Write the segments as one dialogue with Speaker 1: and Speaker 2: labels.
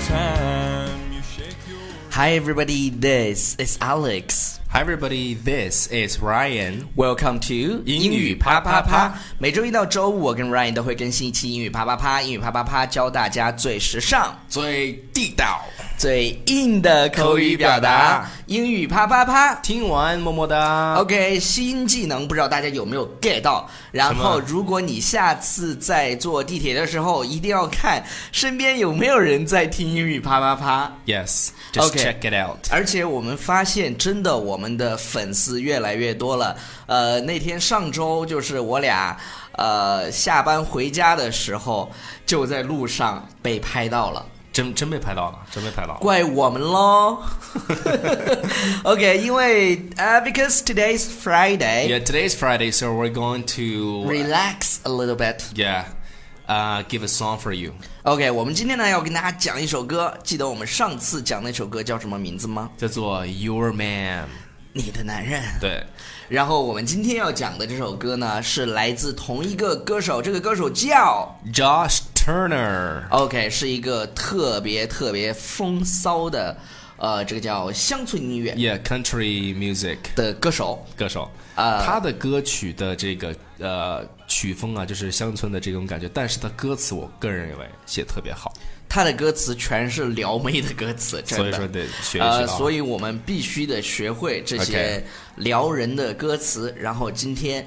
Speaker 1: time you shake your
Speaker 2: Hi, everybody. This is Alex.
Speaker 3: Hi everybody, this is Ryan。
Speaker 2: Welcome to
Speaker 3: 英语啪啪啪。
Speaker 2: 每周一到周五，我跟 Ryan 都会更新一期英语啪啪啪。英语啪啪啪教大家最时尚、
Speaker 3: 最地道，
Speaker 2: 最硬的口语表达
Speaker 3: 口语表达。
Speaker 2: 英语啪啪啪。
Speaker 3: 听完么么哒。
Speaker 2: OK，新技能不知道大家有没有 get 到？然后，
Speaker 3: 什么
Speaker 2: 如果你下次在坐地铁的时候，一定要看身边有没有人在听英语啪啪啪。
Speaker 3: Yes, just
Speaker 2: OK
Speaker 3: check it out。
Speaker 2: 而且我们发现，真的，我们的粉丝越来越多了。呃，那天上周就是我俩，呃，下班回家的时候，就在路上被拍到了。
Speaker 3: 真真被拍到了，真被拍到了。
Speaker 2: 怪我们喽 ，OK，因为呃、b e c a u s e today's Friday，relax
Speaker 3: Yeah, today's Friday, so we're going to
Speaker 2: a little bit。
Speaker 3: yeah, uh, give a song for you.
Speaker 2: OK，我们今天呢要跟大家讲一首歌，记得我们上次讲那首歌叫什么名字吗？
Speaker 3: 叫做 Your Man。
Speaker 2: 你的男人。
Speaker 3: 对，
Speaker 2: 然后我们今天要讲的这首歌呢，是来自同一个歌手，这个歌手叫
Speaker 3: Josh Turner。
Speaker 2: OK，是一个特别特别风骚的，呃，这个叫乡村音乐
Speaker 3: Yeah, country music。
Speaker 2: 的歌手。
Speaker 3: 歌手，
Speaker 2: 呃
Speaker 3: 他的歌曲的这个呃曲风啊，就是乡村的这种感觉，但是他歌词，我个人认为写得特别好，
Speaker 2: 他的歌词全是撩妹的歌词，真
Speaker 3: 所以
Speaker 2: 的
Speaker 3: 说得学一学
Speaker 2: 呃，
Speaker 3: 啊。
Speaker 2: 所以我们必须得学会这些
Speaker 3: OK
Speaker 2: 撩人的歌词。然后今天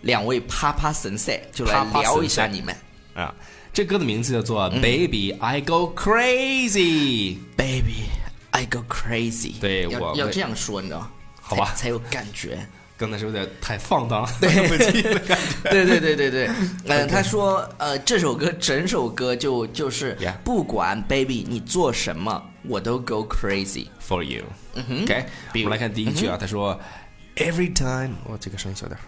Speaker 2: 两位啪啪神赛就来
Speaker 3: 啪啪
Speaker 2: 聊一下
Speaker 3: 神赛
Speaker 2: 你们
Speaker 3: 啊，这歌的名字叫做《Baby I Go Crazy》，
Speaker 2: ，Baby I go crazy。
Speaker 3: 对
Speaker 2: 要
Speaker 3: 我
Speaker 2: 要
Speaker 3: 会
Speaker 2: 这样说，你知道吗？
Speaker 3: 好吧
Speaker 2: 才才有感觉。
Speaker 3: 刚才是不是有点太放荡？对不起的感 觉。
Speaker 2: 对对对对 对，呃，他说，呃，这首歌整首歌就就是
Speaker 3: Yeah
Speaker 2: 不管 baby 你做什么，我都 go crazy。
Speaker 3: For you，OK，我
Speaker 2: 比如
Speaker 3: 们来看第一句啊，他说，Every time，我这个声音小点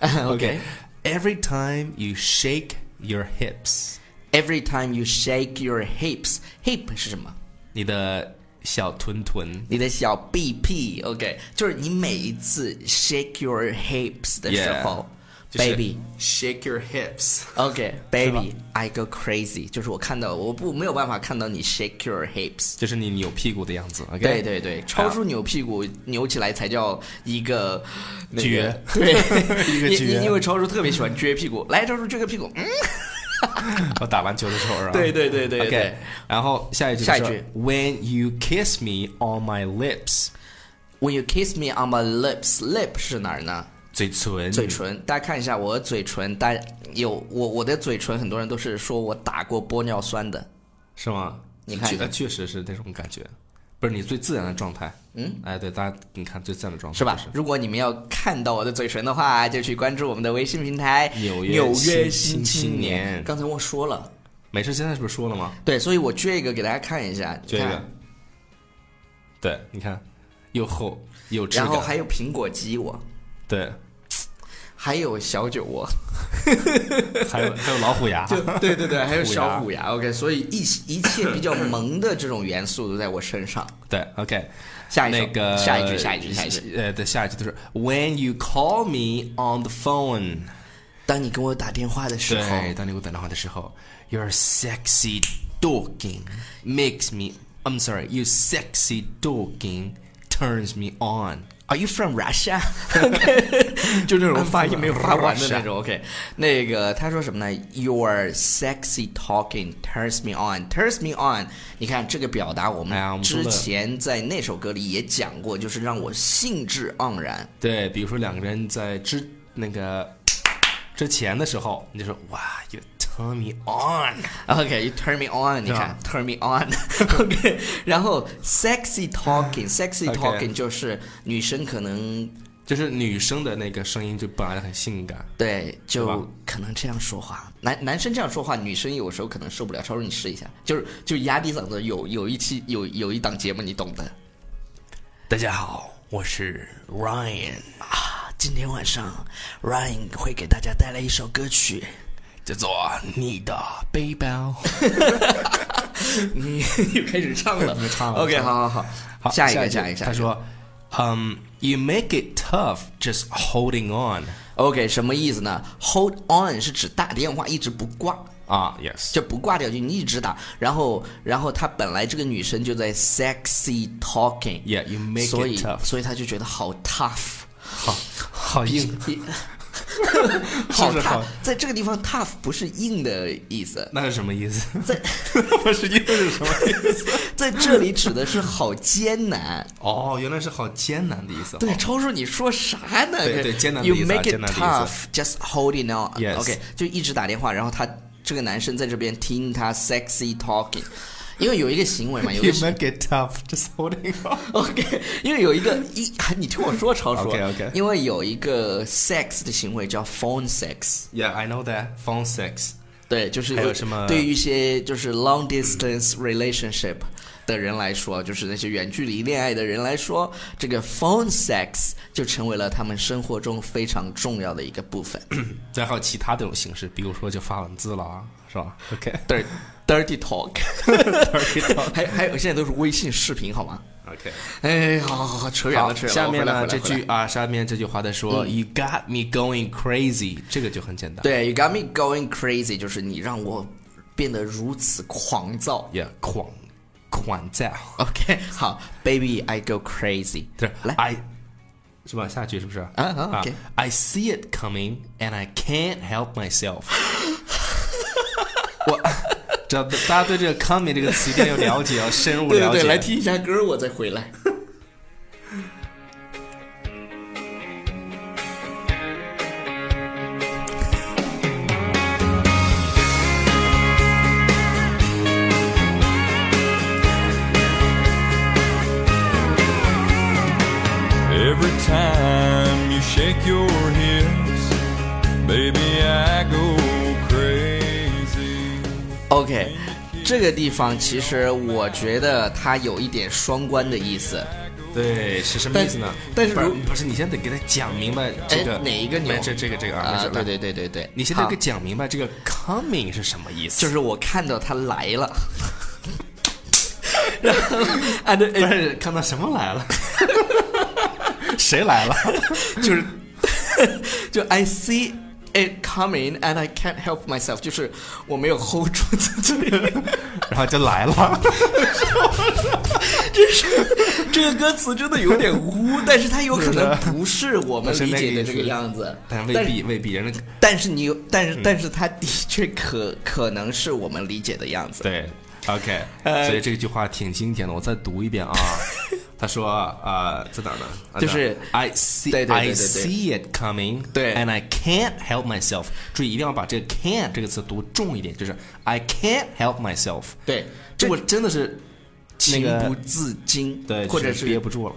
Speaker 3: 儿
Speaker 2: OK。
Speaker 3: ，Every time you shake your hips，
Speaker 2: Every time you shake your hips, hip 是什么？
Speaker 3: 你的小臀臀。
Speaker 2: 你的小 B P OK，就是你每一次 shake your hips 的时候
Speaker 3: Yeah，就是
Speaker 2: baby
Speaker 3: shake your hips，
Speaker 2: OK baby I go crazy，就是我看到我不没有办法看到你 shake your hips。
Speaker 3: 就是你扭屁股的样子。OK，
Speaker 2: 对
Speaker 3: 哎
Speaker 2: 对对，超出扭屁股扭起来才叫一 个那个
Speaker 3: 撅
Speaker 2: 对，
Speaker 3: 一个
Speaker 2: 因
Speaker 3: 撅
Speaker 2: 因因为超叔特别喜欢撅屁股，来，超叔撅个屁股，嗯，
Speaker 3: 我打篮球的时候啊。
Speaker 2: 对对对对
Speaker 3: OK，
Speaker 2: 对
Speaker 3: 然后下一句，
Speaker 2: 下一句
Speaker 3: ，When you kiss me on my lips，嗯
Speaker 2: When you kiss me on my lips, lip 是哪儿呢？
Speaker 3: 嘴唇，
Speaker 2: 嘴。唇，大家看一下我的嘴唇，大家有我我的嘴唇，很多人都是说我打过玻尿酸的。
Speaker 3: 是吗？
Speaker 2: 你看一下
Speaker 3: 确呃确实是那种感觉，不是你最自然的状态。嗯，哎，对，大家你看最自然的状态
Speaker 2: 是吧
Speaker 3: 就？
Speaker 2: 如果你们要看到我的嘴唇的话，就去关注我们的微信平台《
Speaker 3: 纽
Speaker 2: 纽
Speaker 3: 约
Speaker 2: 约
Speaker 3: 新
Speaker 2: 青
Speaker 3: 青年
Speaker 2: 刚才我说了，
Speaker 3: 没事，现在是不是说了吗？
Speaker 2: 对，所以我撅一个给大家看一下，
Speaker 3: 这
Speaker 2: 你
Speaker 3: 个
Speaker 2: 看，
Speaker 3: 对，你看，又厚又质
Speaker 2: 然
Speaker 3: 感，
Speaker 2: 后还有苹果肌我，
Speaker 3: 对，
Speaker 2: 还有小酒 窝，
Speaker 3: 还有还有老 虎牙，
Speaker 2: 对对对，还有
Speaker 3: 虎牙
Speaker 2: 小虎牙。OK，所以一一切比较萌的这种元素都在我身上。
Speaker 3: 对，OK。
Speaker 2: 下一首
Speaker 3: 那个
Speaker 2: 下一句，下一句，下一句。
Speaker 3: 呃，对，下一句就是 When you call me on the phone，
Speaker 2: 当你跟我打电话的时候，
Speaker 3: 对，当你给我打电话的时候，Your sexy talking makes me，I'm sorry，you sexy talking turns me on。
Speaker 2: Are you from Russia？就那种发音没有发完的那种。OK，那个他说什么呢？Your sexy talking turns me on, turns me on。你看这个表达，我
Speaker 3: 哎呀
Speaker 2: 们
Speaker 3: 我们说
Speaker 2: 之
Speaker 3: 的
Speaker 2: 前在那首歌里也讲过，就是让我兴致盎然。
Speaker 3: 对，比如说两个人在之那个之前的时候，你就说哇，you turn me on。
Speaker 2: OK，you、turn me on，你看 turn me on。OK，然后 sexy talking，sexy
Speaker 3: OK
Speaker 2: talking 就是女生可能
Speaker 3: 就是女生的那个声音就本来很性感，
Speaker 2: 对，
Speaker 3: 吧
Speaker 2: 就可能这样说话。男男生这样说话，女生有时候可能受不了。超叔，你试一下，就是就压低嗓子。有有一期有有一档节目，你懂的。
Speaker 3: 大家好，我是 Ryan，
Speaker 2: 啊今天晚上，Ryan 会给大家带来一首歌曲。
Speaker 3: 叫做你的背包。
Speaker 2: 你 又开始唱 了
Speaker 3: 唱了
Speaker 2: OK，
Speaker 3: 唱了
Speaker 2: 好好好，
Speaker 3: 好，
Speaker 2: 下一个，
Speaker 3: 句
Speaker 2: 下一个，下一
Speaker 3: 他
Speaker 2: 个
Speaker 3: 说，嗯、y o u make it tough just holding on。
Speaker 2: OK，什么意思呢？Hold on 是指打电话一直不挂。
Speaker 3: Ah, yes.
Speaker 2: 就不挂掉，就你一直打，然后然后她本来这个女生就在 sexy talking，
Speaker 3: Yeah, you make
Speaker 2: 所
Speaker 3: it
Speaker 2: 以
Speaker 3: tough.
Speaker 2: 所以她就觉得好 tough，
Speaker 3: 好，好硬，
Speaker 2: 好
Speaker 3: 是不是
Speaker 2: tough，
Speaker 3: 好
Speaker 2: 在这个地方 tough 不是硬的意思，
Speaker 3: 那是什么意思？
Speaker 2: 在
Speaker 3: 我是硬是什么 意思？
Speaker 2: 在这里指的是好艰 难。
Speaker 3: 哦，原来是好艰难的意思。
Speaker 2: 对，超叔，你说啥呢？
Speaker 3: 对对艰难的
Speaker 2: You
Speaker 3: 意思啊
Speaker 2: make it
Speaker 3: 艰难的意思
Speaker 2: tough, just holding on.
Speaker 3: Yes
Speaker 2: OK，就一直打电话，然后他这个男生在这边听他 sexy talking，因为有一个行 为嘛，有一
Speaker 3: You
Speaker 2: 个行
Speaker 3: make it tough, just holding on.
Speaker 2: OK，因为有一个一， 你听我说，超叔
Speaker 3: OK，OK
Speaker 2: 因为有一个 sex 的行为叫 phone sex，
Speaker 3: Yeah, I know that. Phone sex.
Speaker 2: 对，就是
Speaker 3: 还有什么
Speaker 2: 对于一些就是 long distance relationship 的人来说，就是那些远距离恋爱的人来说，这个 phone sex 就成为了他们生活中非常重要的一个部 分。
Speaker 3: 再还有其他这种形式，比如说就发文字了啊，是吧？OK.
Speaker 2: 对，dirty talk，
Speaker 3: OK.
Speaker 2: 还还有现在都是微信视频，好吗？
Speaker 3: OK.
Speaker 2: 哎，好好好，扯远了，
Speaker 3: 好，
Speaker 2: 扯远了。
Speaker 3: 下面
Speaker 2: 回来回
Speaker 3: 呢
Speaker 2: 来
Speaker 3: 这
Speaker 2: 回来
Speaker 3: 句啊，下面这句话在说、y o u got me going crazy”，这个就很简单。
Speaker 2: 对，You got me going crazy，就是你让我变得如此狂躁。
Speaker 3: ，Yeah，狂狂躁。
Speaker 2: OK，好，Baby，I go crazy。
Speaker 3: 对
Speaker 2: 来
Speaker 3: ，I 是吧？下句是不是？啊
Speaker 2: 啊，OK
Speaker 3: I see it coming and I can't help myself 我。知道大家对这个 “coming” 这个词一定要了解，要深入
Speaker 2: 对对
Speaker 3: 了解。
Speaker 2: 对，来听一下歌，我再回来。
Speaker 1: Every time you shake your hips, baby, I go crazy.
Speaker 2: OK，这 个地方其实我觉得它有一点双关的意思。
Speaker 3: 对，是什么
Speaker 2: 但
Speaker 3: 意思呢？
Speaker 2: 但是
Speaker 3: 不是
Speaker 2: 如
Speaker 3: 不是，你先得给他讲明白这个
Speaker 2: 哎哪一个牛
Speaker 3: 没这这个这个啊，没
Speaker 2: 啊、
Speaker 3: 事
Speaker 2: 对，
Speaker 3: 来
Speaker 2: 对对对对，
Speaker 3: 你先得
Speaker 2: 好
Speaker 3: 给讲明白这个 “coming” 是什么意思。
Speaker 2: 就是我看到他来了， 然后 and
Speaker 3: 不是看到什么 来了？谁来了？
Speaker 2: 就是 就 I see it coming and I can't help myself，就是我没有 hold 住自己。
Speaker 3: 然后就来了。
Speaker 2: 这个歌词真的有点污，但是它有可能不是我们
Speaker 3: 不是
Speaker 2: 理
Speaker 3: 那个
Speaker 2: 解的
Speaker 3: 意思
Speaker 2: 这个样子。
Speaker 3: 但未必嗯未必，人家
Speaker 2: 但是你有，但是但是它的确可可能是我们理解的样子。
Speaker 3: 对，OK，所
Speaker 2: 呃
Speaker 3: 以这句话挺经典的，我再读一遍 啊。他说啊，在哪儿呢？啊
Speaker 2: 就是
Speaker 3: I see
Speaker 2: 对对对
Speaker 3: I
Speaker 2: 对对
Speaker 3: see it coming，
Speaker 2: 对
Speaker 3: ，and I can't help myself。注意，一定要把这个 can 这个词读重一点，就是 I can't help myself。
Speaker 2: 对，
Speaker 3: 这
Speaker 2: 这
Speaker 3: 我真的是那
Speaker 2: 情
Speaker 3: 个
Speaker 2: 不自禁，
Speaker 3: 对，
Speaker 2: 或者
Speaker 3: 就是憋
Speaker 2: 是
Speaker 3: 不住了。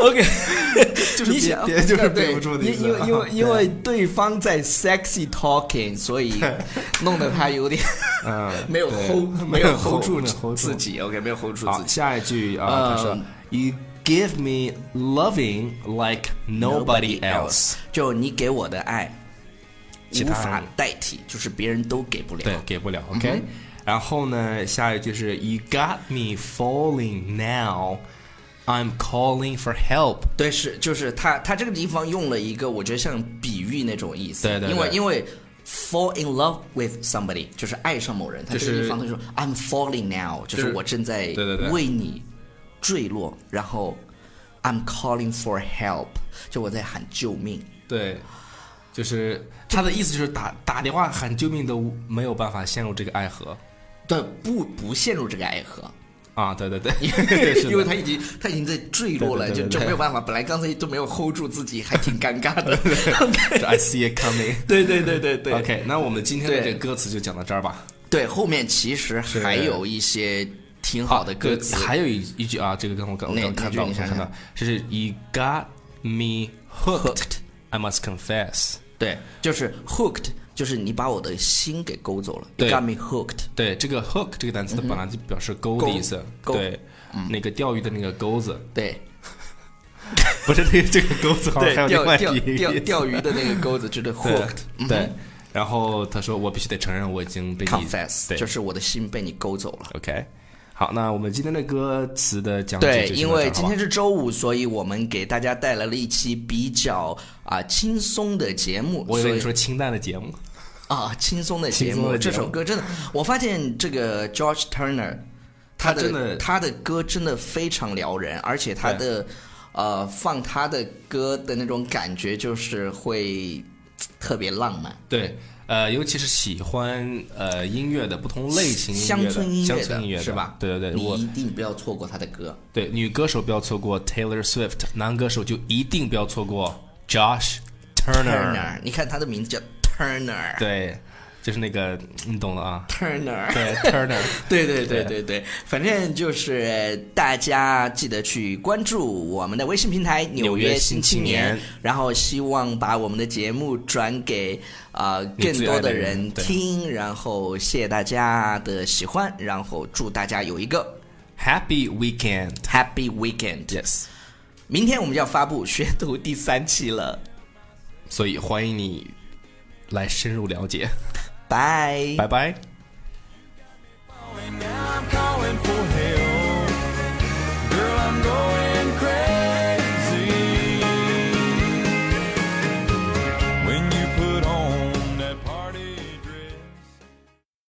Speaker 2: OK，
Speaker 3: 就是
Speaker 2: 你
Speaker 3: 憋
Speaker 2: 想
Speaker 3: 憋就是
Speaker 2: 对
Speaker 3: 憋不住的
Speaker 2: 因
Speaker 3: 意思啊
Speaker 2: 因为因为
Speaker 3: 对
Speaker 2: 因为对方在 sexy talking，所 以弄得他有点
Speaker 3: 嗯，
Speaker 2: 没有
Speaker 3: 对
Speaker 2: hold
Speaker 3: 没
Speaker 2: 没
Speaker 3: 有
Speaker 2: 有 hold 住
Speaker 3: 没有 hold 住
Speaker 2: 自己，OK，没有 hold 住
Speaker 3: 好，
Speaker 2: 自己。
Speaker 3: 下一句啊，他说
Speaker 2: 嗯
Speaker 3: You give me loving like nobody else。
Speaker 2: 就你给我的爱
Speaker 3: 其
Speaker 2: 无
Speaker 3: 他
Speaker 2: 法
Speaker 3: 人
Speaker 2: 代替，就是别人都给不了。嗯
Speaker 3: 对，给不了，OK。然后呢，下一句是 You got me falling now, I'm calling for help。
Speaker 2: 对，是就是他他这个地方用了一个我觉得像比喻那种意思，
Speaker 3: 对对对
Speaker 2: 因为因为 fall in love with somebody 就是爱上某人，他
Speaker 3: 就是
Speaker 2: 这个地方他说 I'm falling now，就是是我正在
Speaker 3: 对对对
Speaker 2: 为你坠落，然后 I'm calling for help，就我在喊救命。
Speaker 3: 对，就是他的意思就是打打电话喊救命都没有办法陷入这个爱河
Speaker 2: 对，不不陷入这个爱 河，
Speaker 3: 啊！对对 对，
Speaker 2: 因为
Speaker 3: 他
Speaker 2: 他已经他已经在坠落了，
Speaker 3: 对对对对
Speaker 2: 就
Speaker 3: 对
Speaker 2: 就没有办法。本来刚才都没有 hold 住自己，还挺尴尬的。
Speaker 3: I see it coming。
Speaker 2: 对对对 对对
Speaker 3: OK，那我们今天的这
Speaker 2: 对
Speaker 3: 个歌词就讲到这儿吧。
Speaker 2: 对，后面其实还有一些挺好的歌词，
Speaker 3: 还有一一句啊，这个刚我刚我
Speaker 2: 哪
Speaker 3: 刚看
Speaker 2: 哪句
Speaker 3: 到，我
Speaker 2: 你
Speaker 3: 刚
Speaker 2: 想
Speaker 3: 看到
Speaker 2: 想，
Speaker 3: 就是 You got me hooked, I must confess。
Speaker 2: 对，就是 hooked，就是你把我的心给勾走了，you
Speaker 3: 对
Speaker 2: ，got me hooked。
Speaker 3: 对，这个 hook 这个单词它本来就表示钩的意思，
Speaker 2: 钩钩
Speaker 3: 对，
Speaker 2: 嗯
Speaker 3: 那个钓鱼的那个钩子，
Speaker 2: 对
Speaker 3: 不是这个这个钩子， 好像还有另
Speaker 2: 钓
Speaker 3: 外
Speaker 2: 钓
Speaker 3: 一个
Speaker 2: 钓
Speaker 3: 意思
Speaker 2: 钓鱼的那个钩子就是
Speaker 3: 对
Speaker 2: hooked 嗯
Speaker 3: 对。然后他说：“我必须得承认，我已经被你
Speaker 2: confess，
Speaker 3: 对
Speaker 2: 就是我的心被你勾走了。
Speaker 3: OK。好，那我们今天的歌词的讲解
Speaker 2: 对，
Speaker 3: 就先
Speaker 2: 因
Speaker 3: 到这儿
Speaker 2: 为
Speaker 3: 好
Speaker 2: 今
Speaker 3: 吧
Speaker 2: 天是周五，所以我们给大家带来了一期比较啊、轻松的节目。
Speaker 3: 我以
Speaker 2: 所
Speaker 3: 为
Speaker 2: 以
Speaker 3: 你说清淡的节目，
Speaker 2: 啊，轻松的节
Speaker 3: 轻松
Speaker 2: 目，
Speaker 3: 的节
Speaker 2: 这
Speaker 3: 目
Speaker 2: 首歌真的，我发现这个 George Turner，
Speaker 3: 他
Speaker 2: 的
Speaker 3: 真的
Speaker 2: 他的歌真的非常撩人，而且他的呃放他的歌的那种感觉就是会特别浪漫。
Speaker 3: 对，呃，尤其是喜欢呃音乐的不同类型音乐
Speaker 2: 乡
Speaker 3: 的
Speaker 2: 村音乐
Speaker 3: 乡
Speaker 2: 的
Speaker 3: 村音乐的
Speaker 2: 是吧？
Speaker 3: 对对对，我
Speaker 2: 你一定不要错过他的歌。
Speaker 3: 对女歌手不要错过 Taylor Swift，男歌手就一定不要错过 Josh Turner。
Speaker 2: Turner，你看他的名字叫 Turner，Turner。
Speaker 3: 对，就是那个你懂的啊。
Speaker 2: Turner
Speaker 3: 对 Turner，
Speaker 2: 对对对对对，反正就是呃大家记得去关注我们的微信平台《纽
Speaker 3: 纽约
Speaker 2: 约
Speaker 3: 新
Speaker 2: 青
Speaker 3: 青
Speaker 2: 年
Speaker 3: 年》，
Speaker 2: 然后希望把我们的节目转给呃
Speaker 3: 你
Speaker 2: 更
Speaker 3: 最
Speaker 2: 多
Speaker 3: 爱的人
Speaker 2: 人
Speaker 3: 对
Speaker 2: 听，然后谢谢大家的喜欢，然后祝大家有一 个
Speaker 3: Happy Weekend。
Speaker 2: Happy Weekend。
Speaker 3: Yes，
Speaker 2: 明天我们就要发布学徒第三期了，
Speaker 3: 所以欢迎你来深入了解。
Speaker 2: 拜
Speaker 3: 拜拜。
Speaker 1: Now I'm calling for help. Girl, I'm going